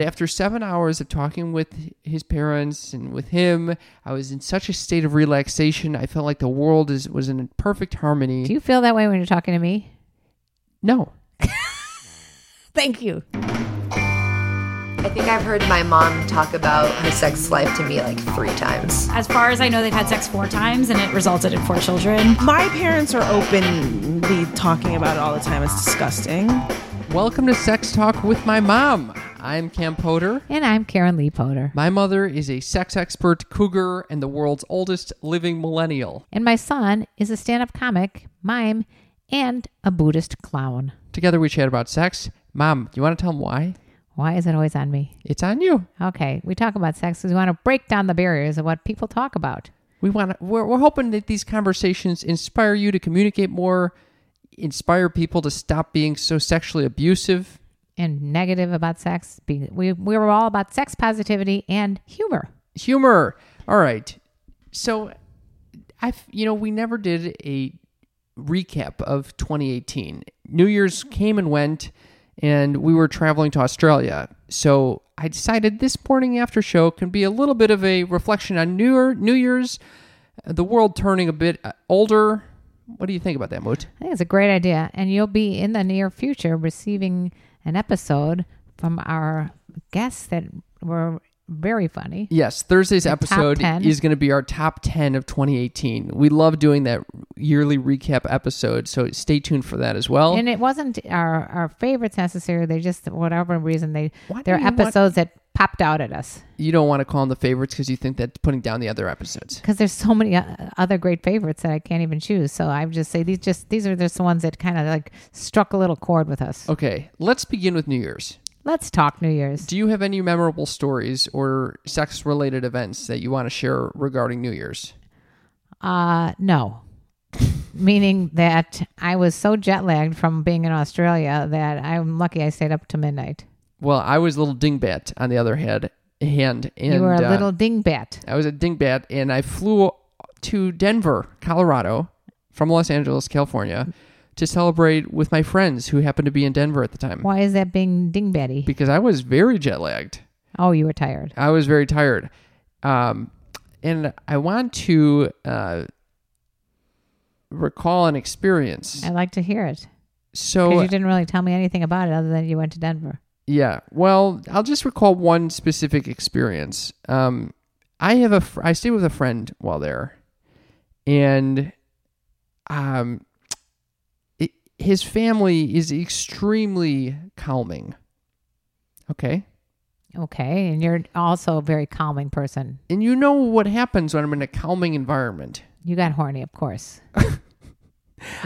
After seven hours of talking with his parents and with him, I was in such a state of relaxation. I felt like the world is, was in perfect harmony. Do you feel that way when you're talking to me? no. Thank you. I think I've heard my mom talk about her sex life to me like three times. As far as I know, they've had sex four times and it resulted in four children. My parents are openly talking about it all the time. It's disgusting. Welcome to Sex Talk with my mom. I'm Cam Potter. And I'm Karen Lee Potter. My mother is a sex expert, cougar, and the world's oldest living millennial. And my son is a stand up comic, mime, and a Buddhist clown. Together we chat about sex. Mom, you want to tell him why? Why is it always on me? It's on you. Okay, we talk about sex because we want to break down the barriers of what people talk about. We want to, we're, we're hoping that these conversations inspire you to communicate more, inspire people to stop being so sexually abusive. And negative about sex. Be- We, we were all about sex positivity and humor. Humor. All right. So I you know, we never did a recap of 2018. New Year's came and went and we were traveling to Australia. So I decided this morning after show can be a little bit of a reflection on New Year, New Year's, uh, the world turning a bit uh, older. What do you think about that, Moot? I think it's a great idea. And you'll be in the near future receiving an episode from our guests that were very funny. Yes, Thursday's top episode 10. is going to be our top 10 of 2018. We love doing that yearly recap episode, so stay tuned for that as well. And it wasn't our, our favorites necessarily. They just, for whatever reason, they Why do they're you want- episodes that popped out at us you don't want to call them the favorites because you think that's putting down the other episodes. because there's so many uh, other great favorites that I can't even choose. So I just say these just these are just the ones that kind of like struck a little chord with us. Okay, let's begin with New Year's. Let's talk New Year's. Do you have any memorable stories or sex related events that you want to share regarding New Year's? Uh, no. Meaning that I was so jet lagged from being in Australia that I'm lucky I stayed up to midnight. Well, I was a little dingbat on the other hand. hand and, you were a uh, little dingbat. I was a dingbat and I flew to Denver, Colorado from Los Angeles, California to celebrate with my friends who happened to be in Denver at the time Why is that being dingbatty? because I was very jet lagged. oh, you were tired. I was very tired. Um, and I want to uh, recall an experience. I'd like to hear it. Because So, Uh, you didn't really tell me anything about it other than you went to Denver. yeah, well, I'll just recall one specific experience. Um, I have a, fr- I stayed with a friend while there, and um, it, his family is extremely calming. Okay. Okay. And you're also a very calming person. And you know what happens when I'm in a calming environment. You got horny, of course. Is I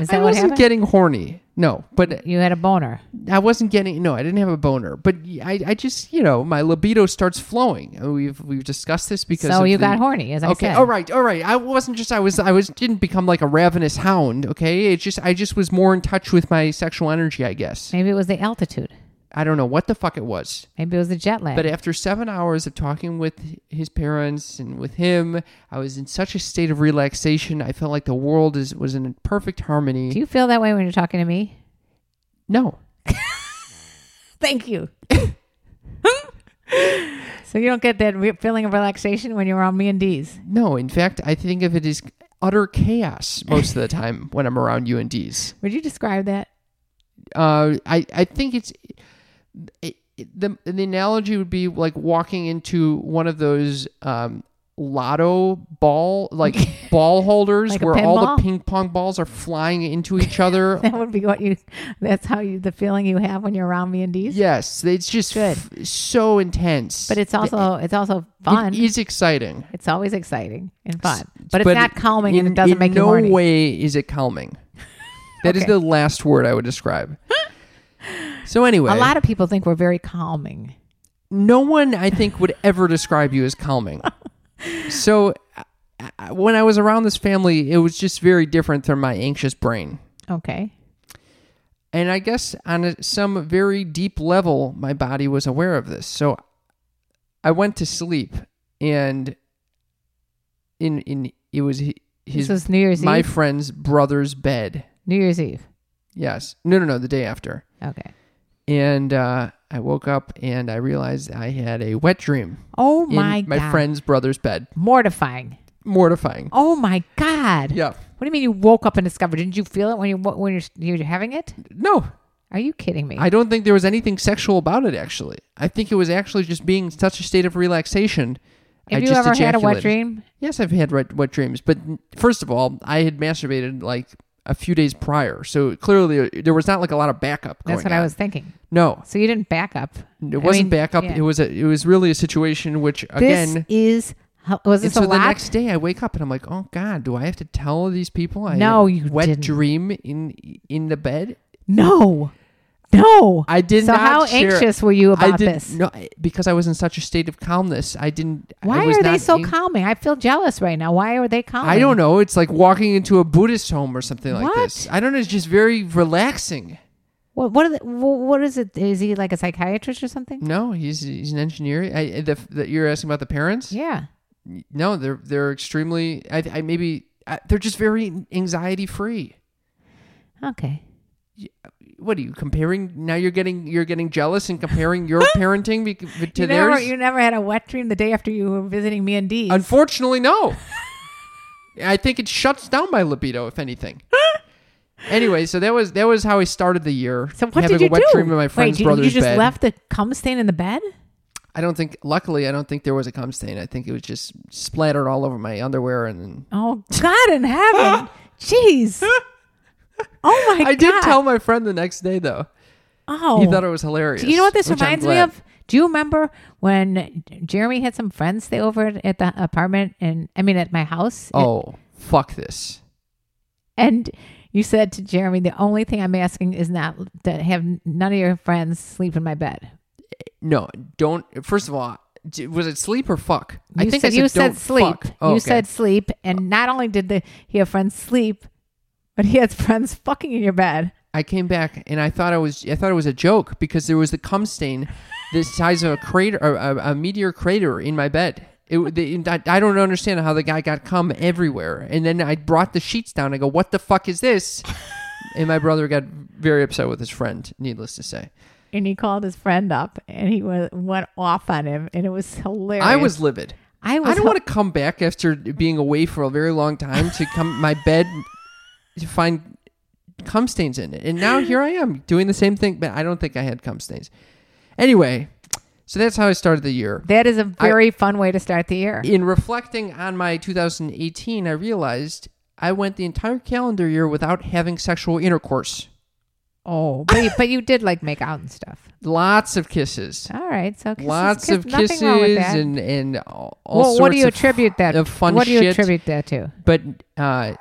that what wasn't happened? getting horny. No, but you had a boner. I wasn't getting. No, I didn't have a boner. But I, I just, you know, my libido starts flowing. And We've we've discussed this because. So of you the- got horny, as I Okay. said. All right. All right. I wasn't just. I was. I was. Didn't become like a ravenous hound. Okay. It just. I just was more in touch with my sexual energy. I guess. Maybe it was the altitude. I don't know what the fuck it was. Maybe it was the jet lag. But after seven hours of talking with his parents and with him, I was in such a state of relaxation. I felt like the world is was in perfect harmony. Do you feel that way when you're talking to me? no. Thank you. so you don't get that re- feeling of relaxation when you're around me and D's. No, in fact, I think of it as utter chaos most of the time when I'm around you and D's. Would you describe that? Uh, I I think it's it, it- the the analogy would be like walking into one of those um lotto ball like ball holders Like a where all pinball? the ping pong balls are flying into each other. That would be what you. That's how you the feeling you have when you're around me and D's. yes, it's just Good. f- so intense. But it's also it's also fun. It is exciting. it's always exciting and fun, but it's not calming and in- it doesn't in make you no horny. way is it calming. That is Okay. the last word I would describe. so anyway, A lot of people think we're very calming. no one I think would ever describe you as calming. So I- I- when I was around this family, it was just very different than my anxious brain. Okay. And I guess on a, some very deep level, my body was aware of this. So I went to sleep, and in in it was hi- his this was New Year's my Eve. friend's brother's bed. New Year's Eve. Yes, no, no, no, the day after. Okay. And uh, I woke up and I realized I had a wet dream Oh in my, my god. friend's brother's bed. Mortifying. Mortifying. Oh my god. Yeah. What do you mean you woke up and discovered? Didn't you feel it when you wo- when you're you're having it? No, Are you kidding me? I don't think there was anything sexual about it. Actually, I think it was actually just being in such a state of relaxation. I Have you just ever had a wet ejaculated. dream? Yes, I've had wet, wet dreams, but first of all, I had masturbated like a few days prior, so clearly uh, there was not like a lot of backup. Going That's what I on. was thinking. No, So you didn't back up. it wasn't backup. It was a, it was really a situation which again. This is ho- was and this so a the lot? next day, I wake up and I'm like, "Oh God, do I have to tell these people I had No, a you wet didn't. dream in in the bed?" no, no. I did so not. how share- anxious were you I about didn't- this? No, I- because I was in such a state of calmness. I didn't. I Why was are they not so ang- calming? I feel jealous right now. Why are they calming? I don't know. It's like walking into a Buddhist home or something like What? this. I don't know. It's just very relaxing. What what, are the, wh- what is it? Is he like a psychiatrist or something? No, he's he's an engineer. I, eh, the, the, you're asking about the parents? Yeah. No, they're they're extremely. I, I maybe I, they're just very anxiety free. Okay. What are you comparing? Now you're getting you're getting jealous and comparing your parenting bec- to you theirs. never you never had a wet dream the day after you were visiting me and Dee. Unfortunately, no. I think it shuts down my libido, if anything. anyway, so that was that was how I started the year. so what having did you a wet do? dream in my friend's Wait, you- brother's you just bed. left the cum stain in the bed? I don't think. Luckily, I don't think there was a cum stain. I think it was just splattered all over my underwear, and Oh God in heaven! Jeez. Oh my I God. did tell my friend the next day though. Oh. He thought it was hilarious. Do you know what this which I'm reminds me glad. of? Do you remember when Jeremy had some friends stay over at- at the apartment and I mean at my house? Oh, fuck this. And you said to Jeremy, the only thing I'm asking is not to have none of your friends sleep in my bed. No, don't. First of all, d- was it sleep or fuck? I You think said, I said you don't said sleep. fuck. Oh, you okay. said sleep, and not only did the, he have friends sleep, but he has friends fucking in your bed. I came back and I thought I was I thought it was a joke because there was the cum stain the size of a crater or a, a meteor crater in my bed. It, w- the, I I don't understand how the guy got cum everywhere. And then I brought the sheets down. I go, "What the fuck is this?" And my brother got very upset with his friend. Needless to say, And he called his friend up, and he was, went off on him, and it was hilarious. I was livid. I was, I don't want to come back after being away for a very long time to come my bed to find cum stains in it. And now here I am doing the same thing, but I don't think I had cum stains. Anyway, so that's how I started the year. That is a very fun way to start the year. In reflecting on my 2018, I realized I went the entire calendar year without having sexual intercourse. Oh, but you, but you did like make out and stuff. Lots of kisses. All right, so kisses, Lots kiss- of nothing kisses wrong with that. and and all well, sorts what do you of- attribute that? of fun what do you shit. attribute that to? But uh,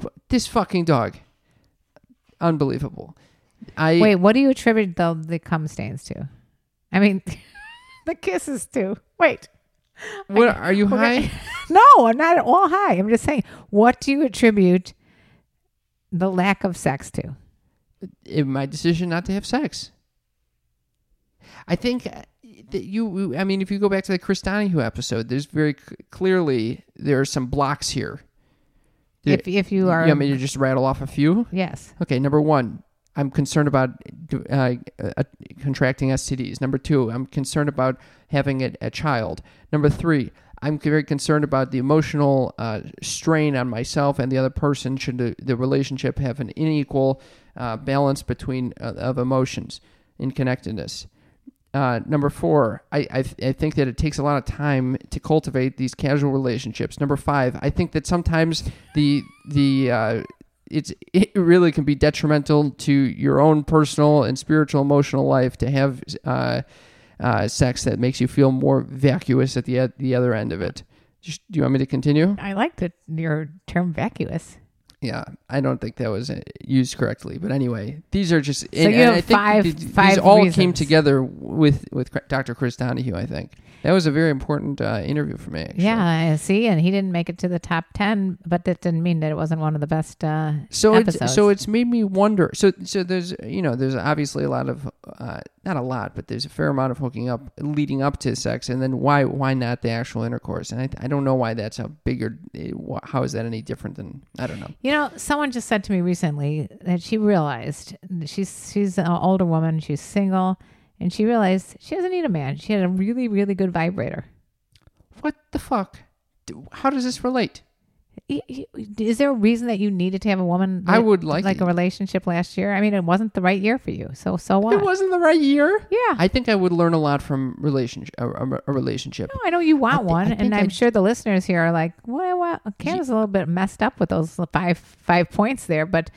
f- this fucking dog, unbelievable. I Wait, what do you attribute the the cum stains to? I mean, the kisses to. Wait, What are you high? no, I'm not at all high. I'm just saying, what do you attribute the lack of sex to? Eh, My decision not to have sex. I think uh, that you. I mean, if you go back to the Chris Donahue episode, there's very c- clearly there are some blocks here. There- if if you are you want me to just rattle off a few? yes, Okay, number one, I'm concerned about uh, uh, contracting STDs. Number two, I'm concerned about having a, a child. Number three, I'm very concerned about the emotional uh, strain on myself and the other person should the, the relationship have an unequal uh, balance between uh, of emotions and connectedness. Uh, number four, I, I, I think that it takes a lot of time to cultivate these casual relationships. Number five, I think that sometimes the the uh, it's it really can be detrimental to your own personal and spiritual emotional life to have uh, uh, sex that makes you feel more vacuous at the at the other end of it. Just, do you want me to continue? I like the your term vacuous. Yeah, I don't think that was uh, used correctly, but anyway, these are just. So you have five- these, five all came reasons. together with with Dr. Chris Donahue, I think. That was a very important uh, interview for me. Actually. Yeah, I see, and he didn't make it to the top ten, but that didn't mean that it wasn't one of the best. Uh, So episodes. it's so it's made me wonder. So so there's you know there's obviously a lot of uh, not a lot, but there's a fair amount of hooking up leading up to sex, and then why why not the actual intercourse? And I, I don't know why that's a bigger. eh, wh- How is that any different than I don't know. You know, someone just said to me recently that she realized she's she's an older woman, she's single, and she realized she doesn't need a man. She had a really really good vibrator. What the fuck? Do- How does this relate? Y- y- Is there a reason that you needed to have a woman? I would like like it. a relationship last year. I mean, it wasn't the right year for you. So so what? It wasn't the right year. Yeah. I think I would learn a lot from relationship a, a- a relationship. No, I know you want thi- I one, think and I I'm j- sure the listeners here are like, "Well, well Canada's a little bit messed up with those five five points there." But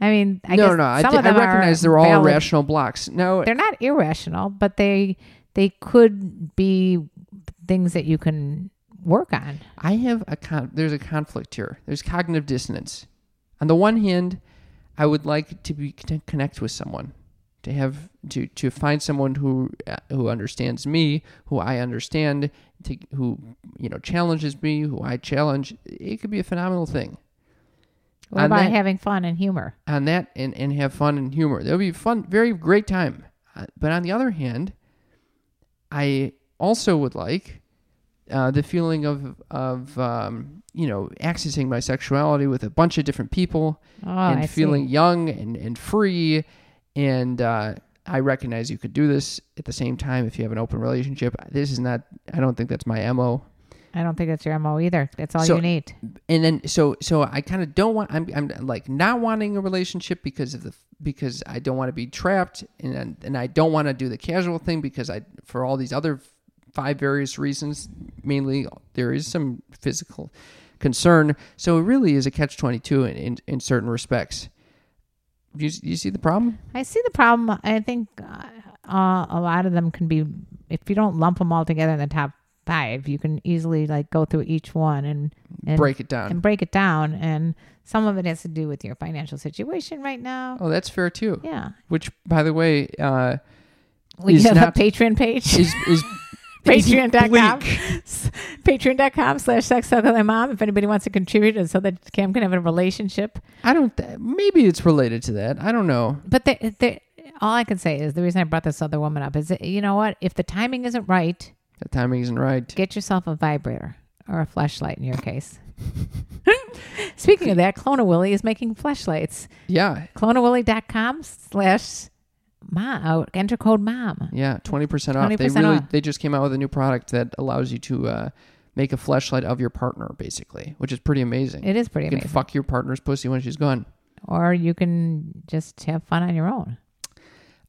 I mean, I no, guess no, some I, thi- of them I recognize are they're all valid. rational blocks. No, They're not irrational, but they they could be things that you can work on. I have a con- there's a conflict here. There's cognitive dissonance. On the one hand, I would like to be to connect with someone, to have to to find someone who uh, who understands me, who I understand, to, who you know challenges me, who I challenge. It could be a phenomenal thing. What On about that- having fun and humor? on that and, and have fun and humor. That would be a fun, very great time. Uh, But on the other hand, I also would like uh, the feeling of of um, you know accessing my sexuality with a bunch of different people Oh, and I see. feeling young and and free. And uh, I recognize you could do this at the same time if you have an open relationship. This is not. I don't think that's my mo. I don't think that's your mo either. That's all So- you need. and then so so I kind of don't want I'm I'm like not wanting a relationship because of the because I don't want to be trapped and and I don't want to do the casual thing because I for all these other five various reasons mainly there is some physical concern so it really is a catch 22 in in, in certain respects you you see the problem I see the problem. I think uh, uh, a lot of them can be, if you don't lump them all together in the top five, you can easily like go through each one and, and break it down and break it down. And some of it has to do with your financial situation right now. oh that's fair too Yeah, which by the way uh we Is have not- a Patreon page. is is Patreon.com. bleak. Patreon.com slash sex talk with my mom. If anybody wants to contribute and so that Cam can have a relationship. I don't th- maybe it's related to that I don't know But the, the, all I can say is the reason I brought this other woman up is that, you know what? If the timing isn't right, the timing isn't right Get yourself a vibrator or a flashlight in your case. Speaking of that, Clona Willie is making flashlights. Yeah, ClonaWillie.com slash mom. Oh, enter code mom. yeah, twenty percent off. They 20% really off. they just came out with a new product that allows you to uh, make a flashlight of your partner, basically, which is pretty amazing. It is pretty you amazing. can fuck your partner's pussy when she's gone. or you can just have fun on your own.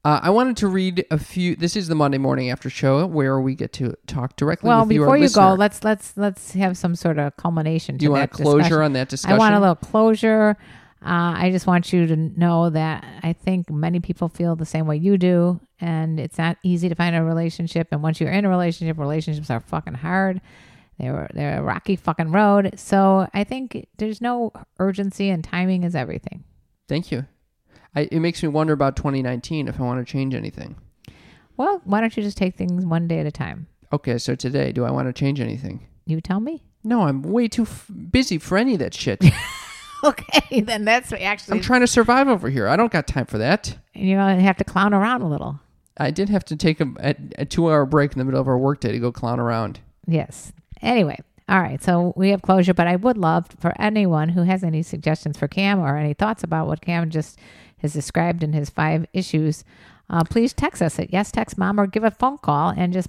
Uh, I wanted to read a few. This is the Monday morning after show where we get to talk directly. well, with you, before our you listener. go, let's let's let's have some sort of culmination. To Do you want that a closure discussion. on that discussion? I want a little closure. Uh, I just want you to know that I think many people feel the same way you do, and it's not easy to find a relationship. And once you're in a relationship, relationships are fucking hard. They're they're a rocky fucking road. So I think there's no urgency, and timing is everything. Thank you. I, it makes me wonder about 2019 if I want to change anything. Well, why don't you just take things one day at a time? Okay, so today, do I want to change anything? You tell me. No, I'm way too f- busy for any of that shit. Okay, then that's actually I'm trying to survive over here. I don't got time for that. you're gonna have to clown around a little. I did have to take a, a, a two hour break in the middle of our workday to go clown around. Yes. Anyway, all right. So we have closure, but I would love for anyone who has any suggestions for Cam or any thoughts about what Cam just has described in his five issues, uh, please text us at yes text mom or give a phone call and just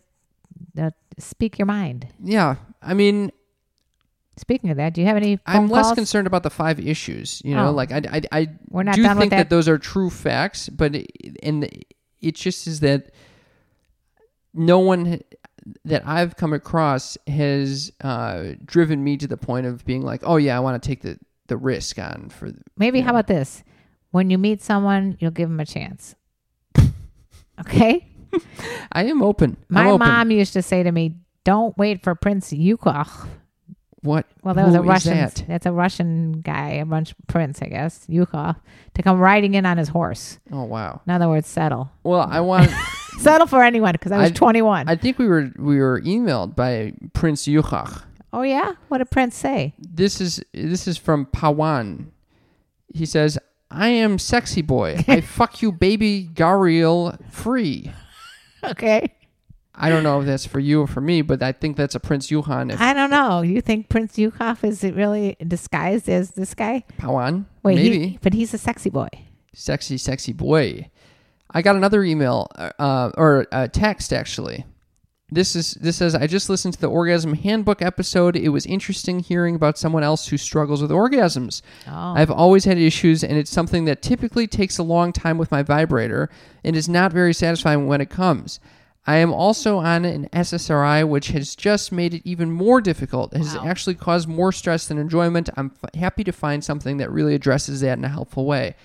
uh, speak your mind. Yeah, I mean, Speaking of that, do you have any? Phone I'm less calls? concerned about the five issues. You know, Oh. like I, I, I We're not do done think with that. that. those are true facts, but it, and it just is that no one that I've come across has uh, driven me to the point of being like, oh yeah, I want to take the the risk on for. Maybe how about this? When you meet someone, you'll give them a chance. okay. I am open. I'm My open. mom used to say to me, "Don't wait for Prince Yukov." What? Well, that was who a is Russian. that? That's a Russian guy, a bunch prince, I guess, Yukov, to come riding in on his horse. Oh wow. In other words, settle. Well, I want settle for anyone because I was I- 21. I think we were we were emailed by Prince Yuchach. oh, yeah? What did Prince say? This is this is from Pawan. He says, "I am sexy boy. I fuck you, baby Gariel free." Okay. I don't know if that's for you or for me, but I think that's a Prince Yuhan if I don't know. You think Prince Yukov is really disguised as this guy? Pawan. Wait, he- maybe but he's a sexy boy. sexy, sexy boy. I got another email uh, uh, or a text actually. This is this says I just listened to the orgasm handbook episode. It was interesting hearing about someone else who struggles with orgasms. I've always had issues, and it's something that typically takes a long time with my vibrator, and is not very satisfying when it comes. I am also on an SSRI, which has just made it even more difficult. It has actually caused more stress than enjoyment. I'm f- happy to find something that really addresses that in a helpful way.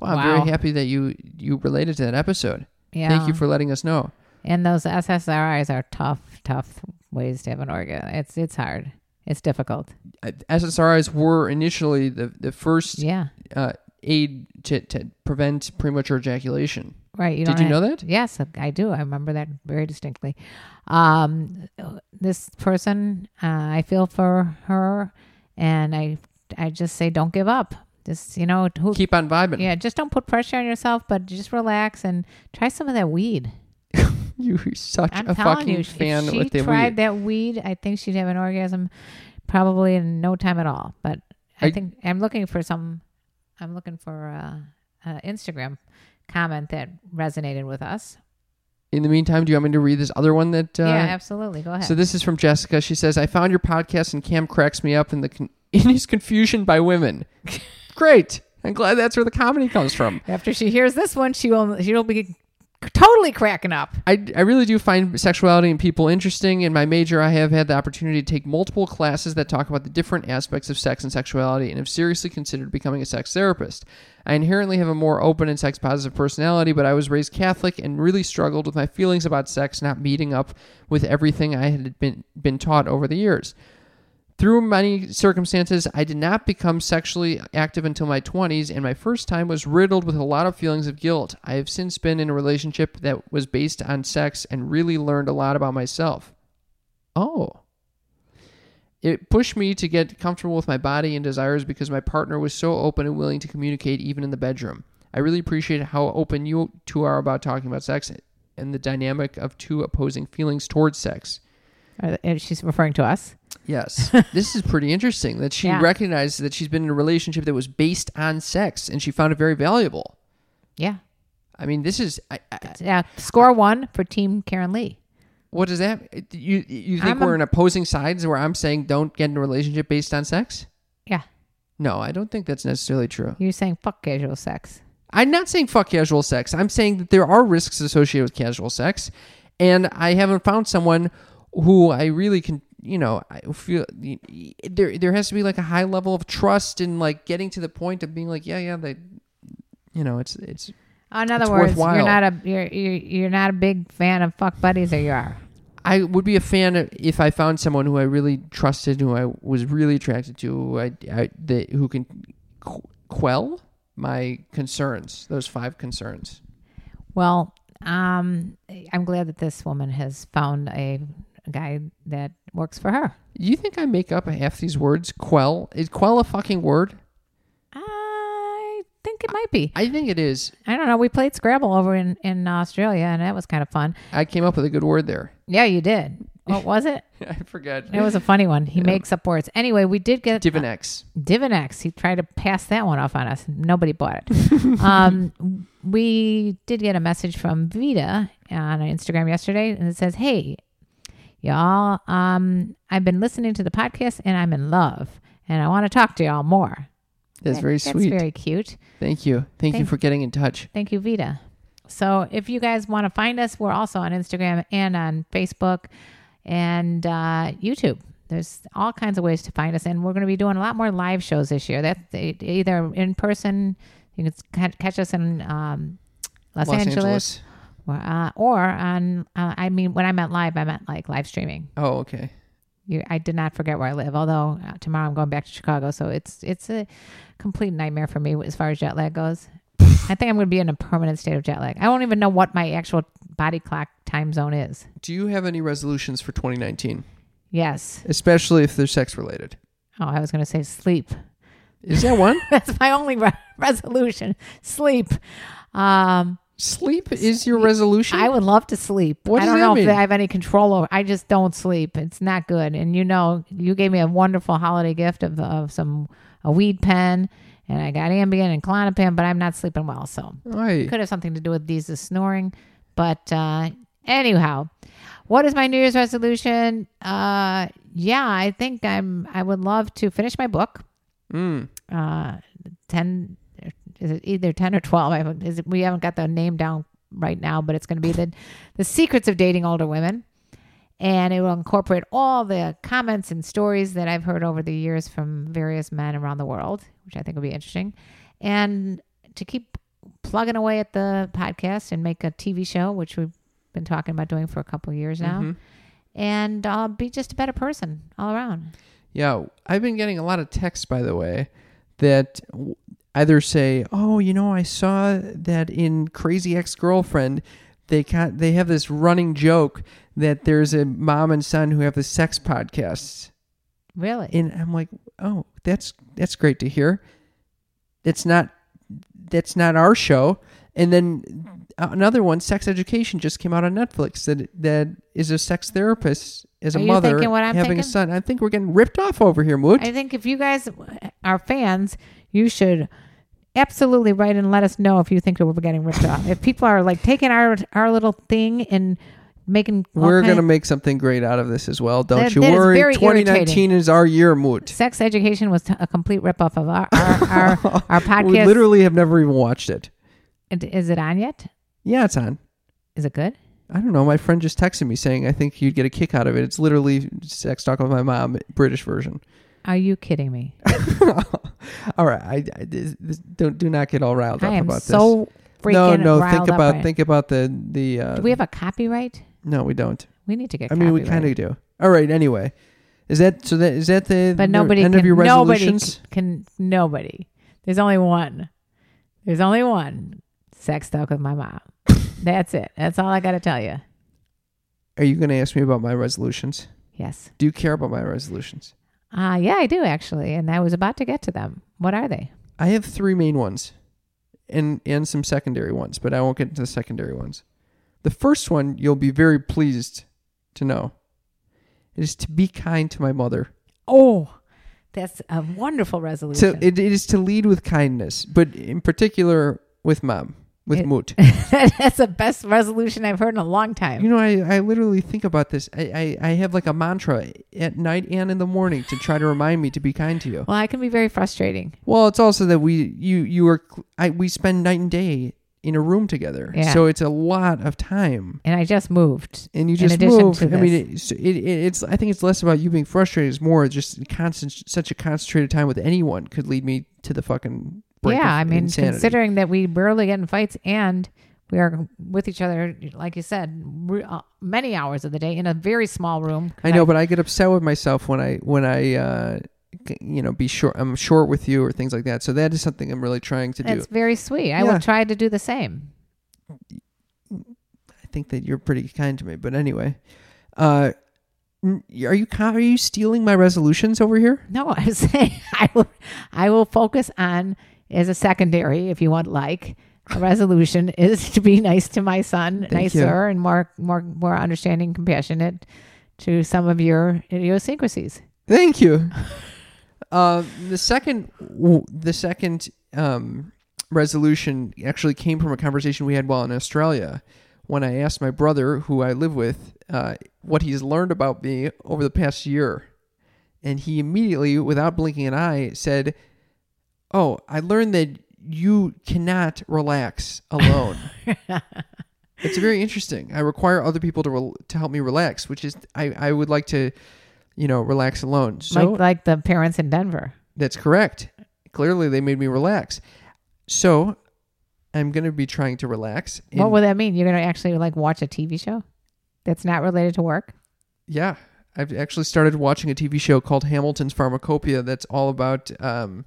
Wow, I'm Wow. very happy that you you related to that episode. Thank Yeah. you for letting us know. And those SSRIs are tough, tough ways to have an organ. It's it's hard. It's difficult. Uh, SSRIs were initially the, the first Yeah. uh, aid to, to prevent premature ejaculation. Right. You Did don't you know have- that? Yes, I do. I remember that very distinctly. Um, this person, uh, I feel for her, and I, I just say, don't give up. Just you know, who, Keep on vibing. yeah, just don't put pressure on yourself, but just relax and try some of that weed. You're such I'm a telling fucking you, if fan she with the tried weed. that weed, I think she'd have an orgasm, probably in no time at all. But I, I- think I'm looking for some. I'm looking for uh, uh, Instagram comment that resonated with us. In the meantime, do you want me to read this other one that? Uh, yeah, absolutely. Go ahead. So this is from Jessica. She says, "I found your podcast, and Cam cracks me up in the con- in his confusion by women. Great. I'm glad that's where the comedy comes from. After she hears this one, she will she will be totally cracking up. I, I really do find sexuality and people interesting. In my major, I have had the opportunity to take multiple classes that talk about the different aspects of sex and sexuality and have seriously considered becoming a sex therapist. I inherently have a more open and sex positive personality, but I was raised Catholic and really struggled with my feelings about sex not meeting up with everything I had been, been taught over the years. Through many circumstances, I did not become sexually active until my 20s, and my first time was riddled with a lot of feelings of guilt. I have since been in a relationship that was based on sex and really learned a lot about myself. Oh. It pushed me to get comfortable with my body and desires because my partner was so open and willing to communicate even in the bedroom. I really appreciate how open you two are about talking about sex and the dynamic of two opposing feelings towards sex. Or th- She's referring to us. Yes. this is pretty interesting that she Yeah. recognized that she's been in a relationship that was based on sex and she found it very valuable. Yeah. I mean, this is I, I, Yeah. Score one for Team Karen Lee. what does that you you think I'm a- we're in opposing sides where I'm saying don't get in a relationship based on sex? Yeah. No, I don't think that's necessarily true. You're saying fuck casual sex. I'm not saying fuck casual sex. I'm saying that there are risks associated with casual sex, and I haven't found someone who I really can. You know, I feel there. There has to be like a high level of trust and like getting to the point of being like, yeah, yeah, they. You know, it's it's In other It's words, you're worthwhile. not a you're, you're you're not a big fan of fuck buddies, or you are. I would be a fan if I found someone who I really trusted, who I was really attracted to, who I, I that who can qu- quell my concerns. Those five concerns. Well, um, I'm glad that this woman has found a, a guy that works for her. You think I make up half these words? Quell is quell a fucking word? I think it might be. I think it is. I don't know. We played Scrabble over in in Australia, and that was kind of fun. I came up with a good word there. Yeah, you did. What was it? I forgot. It was a funny one. He makes up words. Anyway, we did get Divinex. Divinex. He tried to pass that one off on us. Nobody bought it. um, we did get a message from Vita on Instagram yesterday, and it says, "Hey, y'all, um, I've been listening to the podcast, and I'm in love, and I want to talk to y'all more." That's very That's sweet. very cute. Thank you. Thank, you Thank- for getting in touch. Thank you, Vita. So if you guys want to find us, we're also on Instagram and on Facebook and uh, YouTube. There's all kinds of ways to find us, and we're going to be doing a lot more live shows this year. That's e- either in person. You can ca- catch us in um, Los, Los Angeles, Angeles. Or, uh, or on. Uh, I mean, when I meant live, I meant like live streaming. Oh, okay. You, I did not forget where I live. Although uh, tomorrow I'm going back to Chicago, so it's it's a complete nightmare for me as far as jet lag goes. I think I'm going to be in a permanent state of jet lag. I won't even know what my actual body clock time zone is. Do you have any resolutions for 2019, Yes. especially if they're sex related? Oh, I was going to say sleep. Is that one? That's my only re- resolution. Sleep. Um, Sleep is your resolution. I would love to sleep. What I does don't that know mean? if I have any control over. I just don't sleep. It's not good. And you know, you gave me a wonderful holiday gift of, of some a weed pen, and I got Ambien and Clonopin, but I'm not sleeping well. So Right. could have something to do with these snoring. But uh, anyhow, what is my New Year's resolution? Uh, yeah, I think I'm. I would love to finish my book. Mm. Uh, ten is it either ten or twelve? I haven't, is it, we haven't got the name down right now, but it's going to be the the secrets of dating older women, and it will incorporate all the comments and stories that I've heard over the years from various men around the world, which I think will be interesting, and to keep plugging away at the podcast and make a TV show, which we've been talking about doing for a couple of years now. mm-hmm. And I'll be just a better person all around. Yeah, I've been getting a lot of texts, by the way, that w- either say, "Oh, you know, I saw that in Crazy Ex-Girlfriend, they got they have this running joke that there's a mom and son who have the sex podcasts," Really? and I'm like, "Oh, that's that's great to hear. That's not that's not our show." And then another one, Sex Education, just came out on Netflix. That that is a sex therapist as a Are you mother thinking what I'm having a thinking? son. I think we're getting ripped off over here, Moot. I think if you guys are fans, you should absolutely write and let us know if you think that we're getting ripped off. If people are like taking our our little thing and making all We're kind gonna of- make something great out of this as well. Don't That- you that is worry. very 2019 is our year, Moot. sex education was t- a complete ripoff of our our our, our podcast. We literally have never even watched it. And is it on yet? Yeah, it's on. Is it good? I don't know. My friend just texted me saying I think you'd get a kick out of it. It's literally sex talk with my mom, British version. Are you kidding me? all right, I, I this, this, don't do not get all riled I up am about so this. freaking No, no. riled Think up about right- think about the the. Uh, Do we have a copyright? no, we don't. We need to get. I mean, we copyright. kind of do. All right. Anyway, is that so? That is that the But the nobody end can. of your nobody resolutions? c- can. Nobody. There's only one. There's only one. Sex talk with my mom. That's it. That's all I got to tell you. Are you going to ask me about my resolutions? Yes. Do you care about my resolutions? Uh, yeah, I do actually, and I was about to get to them. What are they? I have three main ones and and some secondary ones, but I won't get into the secondary ones. The first one you'll be very pleased to know. It is to be kind to my mother. Oh, that's a wonderful resolution. So it, it is to lead with kindness, but in particular with mom, with It- Moot. that's the best resolution I've heard in a long time. You know, I, I literally think about this. I, I, I have like a mantra at night and in the morning to try to remind me to be kind to you. well, I can be very frustrating. Well, it's also that we you you are I, we spend night and day in a room together, Yeah. so it's a lot of time, And I just moved. and you In just addition move. to I mean, it's, this. it, it, it's I think it's less about you being frustrated; it's more just constant such a concentrated time with anyone could lead me to the fucking brink of yeah, I mean, insanity. considering that we barely get in fights and we are with each other, like you said, re- uh, many hours of the day in a very small room. I know, but I get upset with myself when I when I. Uh, c- you know, be short. I'm short with you, or things like that. So that is something I'm really trying to do. that's very sweet. I Yeah. will try to do the same. I think that you're pretty kind to me. But anyway, uh, n- are you co- are you stealing my resolutions over here? No, I'm saying I will. I will focus on as a secondary, if you want, like a resolution is to be nice to my son, nicer you. and more more more understanding, compassionate to some of your idiosyncrasies. Thank you. uh, the second w- the second um, resolution actually came from a conversation we had while in Australia when I asked my brother, who I live with, uh, what he's learned about me over the past year, and he immediately, without blinking an eye, said, "Oh, I learned that." You cannot relax alone. it's very interesting. I require other people to rel to help me relax, which is I, I would like to, you know, relax alone. So like like the parents in Denver. that's correct. Clearly, they made me relax. So I'm going to be trying to relax. what and- would that mean? You're gonna actually like watch a TV show that's not related to work? yeah, I've actually started watching a TV show called Hamilton's Pharmacopoeia that's all about um,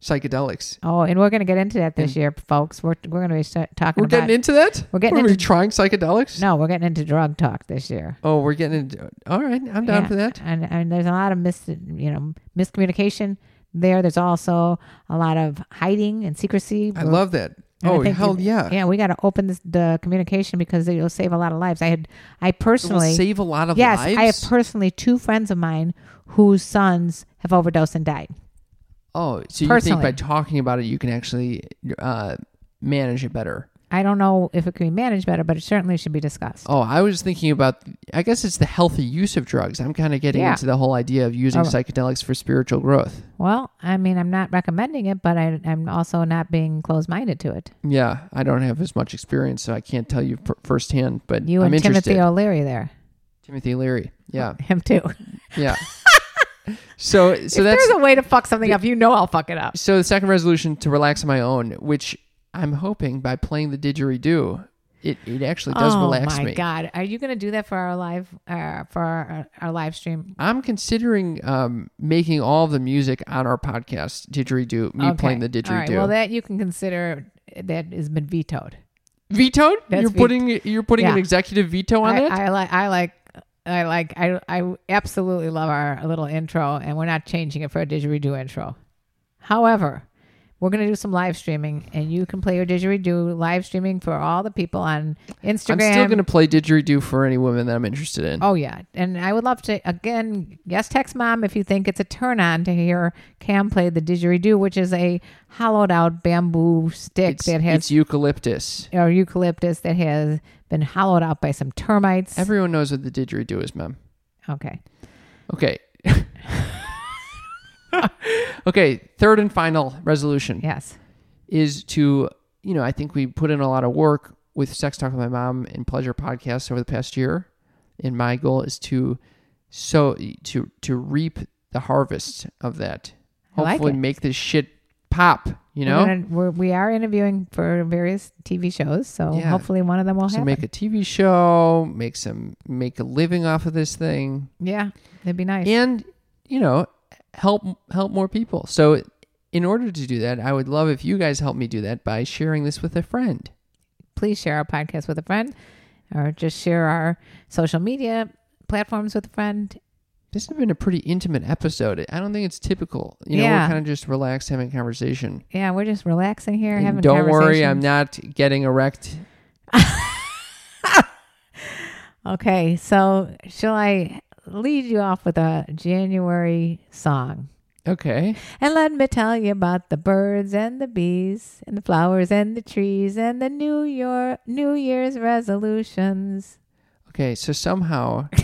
psychedelics. Oh, and we're going to get into that this year, folks. We're, we're going to be st- talking We're about. getting into that. We're getting What, Are we into- trying psychedelics? no, we're getting into drug talk this year. Oh, we're getting into. All right, I'm down Yeah, for that. And, and there's a lot of mis, you know, miscommunication there. There's also a lot of hiding and secrecy. I love that. And I oh think hell that- yeah! Yeah, we got to open this, the communication because it'll save a lot of lives. I had, I It will personally, save a lot of yes, lives. I have personally two friends of mine whose sons have overdosed and died. oh, so you think personally. by talking about it, you can actually uh, manage it better? I don't know if it can be managed better, but it certainly should be discussed. Oh, I was thinking about. I guess it's the healthy use of drugs. I'm kind of getting Yeah. into the whole idea of using Oh. psychedelics for spiritual growth. Well, I mean, I'm not recommending it, but I, I'm also not being closed minded to it. Yeah, I don't have as much experience, so I can't tell you fir- firsthand. But You I'm and interested. Timothy O'Leary there. Timothy Leary. Yeah, Him too. yeah. so, so Oh. if that's there's a way to fuck something up, you know I'll fuck it up. so the second resolution to relax on my own, which I'm hoping by playing the didgeridoo, it, it actually does oh relax my me. god, are you going to do that for our live uh, for our, our live stream? I'm considering um, making all the music on our podcast didgeridoo, me Okay. playing the All didgeridoo. right, well, that you can consider that has been vetoed. vetoed? That's you're vet- putting you're putting an Yeah. executive veto on I, it? I like. I like. I like I I absolutely love our little intro and we're not changing it for a didgeridoo intro. However, we're going to do some live streaming and you can play your didgeridoo live streaming for all the people on Instagram. I'm still going to play didgeridoo for any women that I'm interested in. Oh yeah, and I would love to again. Yes, text mom if you think it's a turn on to hear Cam play the didgeridoo, which is a hollowed out bamboo stick it's, that has it's eucalyptus. or eucalyptus that has been hollowed out by some termites. Everyone knows what the didgeridoo is, ma'am. okay, Okay. okay, third and final resolution yes. is to, you know, I think we put in a lot of work with Sex Talk with My Mom and Pleasure podcasts over the past year. And my goal is to so to to reap the harvest of that. I like Hopefully it. make this shit pop, you We're know? gonna- we're, we are interviewing for various TV shows, so Yeah. hopefully one of them will So happen. make a TV show, make some make a living off of this thing. yeah, that'd be nice. and you know help help more people so in order to do that i would love if you guys help me do that by sharing this with a friend Please share our podcast with a friend, or just share our social media platforms with a friend. this has been a pretty intimate episode i don't think it's typical you know Yeah. we're kind of just relaxed having conversation Yeah, we're just relaxing here, And having don't worry i'm conversations. not getting erect Okay, so shall I lead you off with a January song? okay And let me tell you about the birds and the bees and the flowers and the trees and the New Year New Year's resolutions. okay so somehow I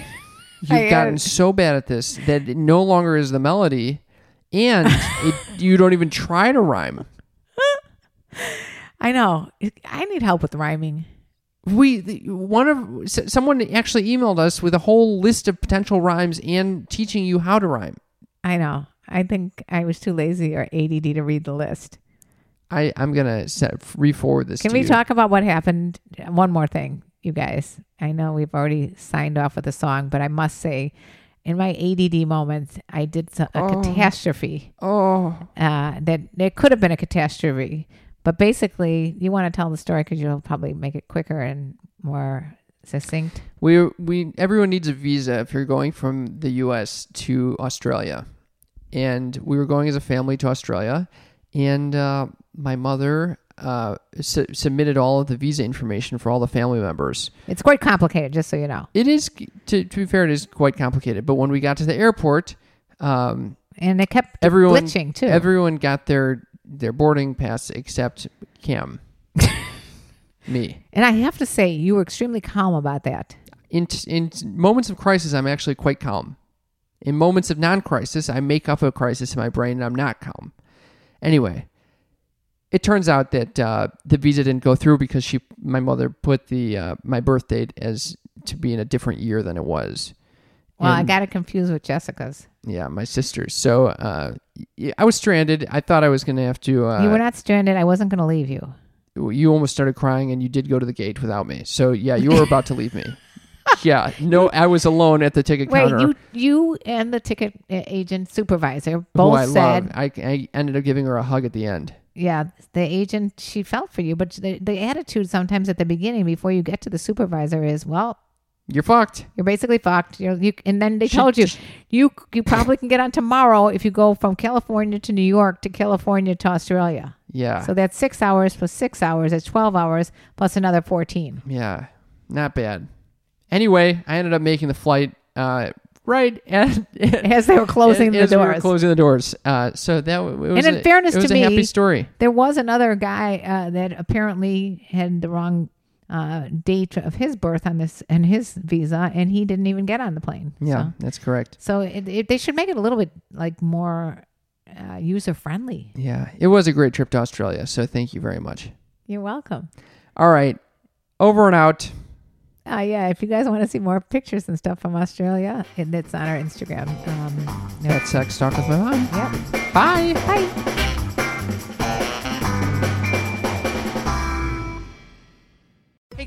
you've gotten am- so bad at this that it no longer is the melody and it, you don't even try to rhyme I know. I need help with rhyming. we the- one of s- someone actually emailed us with a whole list of potential rhymes and teaching you how to rhyme I know. I think I was too lazy or ADD to read the list. i i'm gonna set re-forward this Can to we you. talk about what happened? One more thing, you guys. I know we've already signed off with a song, but I must say, in my ADD moments, I did so- a catastrophe oh uh, that it could have been a catastrophe. But basically, you want to tell the story because you'll probably make it quicker and more succinct. we we everyone needs a visa if you're going from the us to australia and we were going as a family to australia and uh, my mother uh, su- submitted all of the visa information for all the family members It's quite complicated, just so you know. it is to, to be fair it is quite complicated but when we got to the airport um, And it kept everyone glitching too. Everyone got their their boarding pass except Cam, me. and I have to say, you were extremely calm about that. In in moments of crisis, I'm actually quite calm. In moments of non-crisis, I make up a crisis in my brain, and I'm not calm. Anyway, it turns out that uh, the visa didn't go through because she, my mother, put the uh, my birth date as to be in a different year than it was. Well, I And- got it confused with Jessica's. Yeah, my sister. So uh, y- I was stranded. I thought I was going to have to. Uh, you were not stranded. I wasn't going to leave you. you almost started crying and you did go to the gate without me. So yeah, you were about to leave me. yeah, no, I was alone at the ticket Wait, counter. you you and the ticket uh, agent supervisor who both I said, love. I, I ended up giving her a hug at the end. yeah, the agent she felt for you, but the, the attitude sometimes at the beginning before you get to the supervisor is, well, You're fucked. you're basically fucked. You're, you and then they told you, you you probably can get on tomorrow if you go from California to New York to California to Australia. Yeah. So that's six hours plus six hours. That's twelve hours plus another fourteen. Yeah, not bad. Anyway, I ended up making the flight uh, right at, As they were closing the as we were doors. closing the doors. Uh, so that w- it was. And in a, fairness it was to a happy me- story. There was another guy uh, that apparently had the wrong uh, date of his birth on this and his visa, and he didn't even get on the plane. Yeah, So, that's correct. so it, it, they should make it a little bit like more uh, user friendly. Yeah, it was a great trip to Australia. So thank you very much. You're welcome. All right, over and out. Uh, yeah, if you guys want to see more pictures and stuff from Australia, and it's on our Instagram. Um, no, That's sex talk with my mom. yep. Bye. Bye. Hey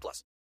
plus.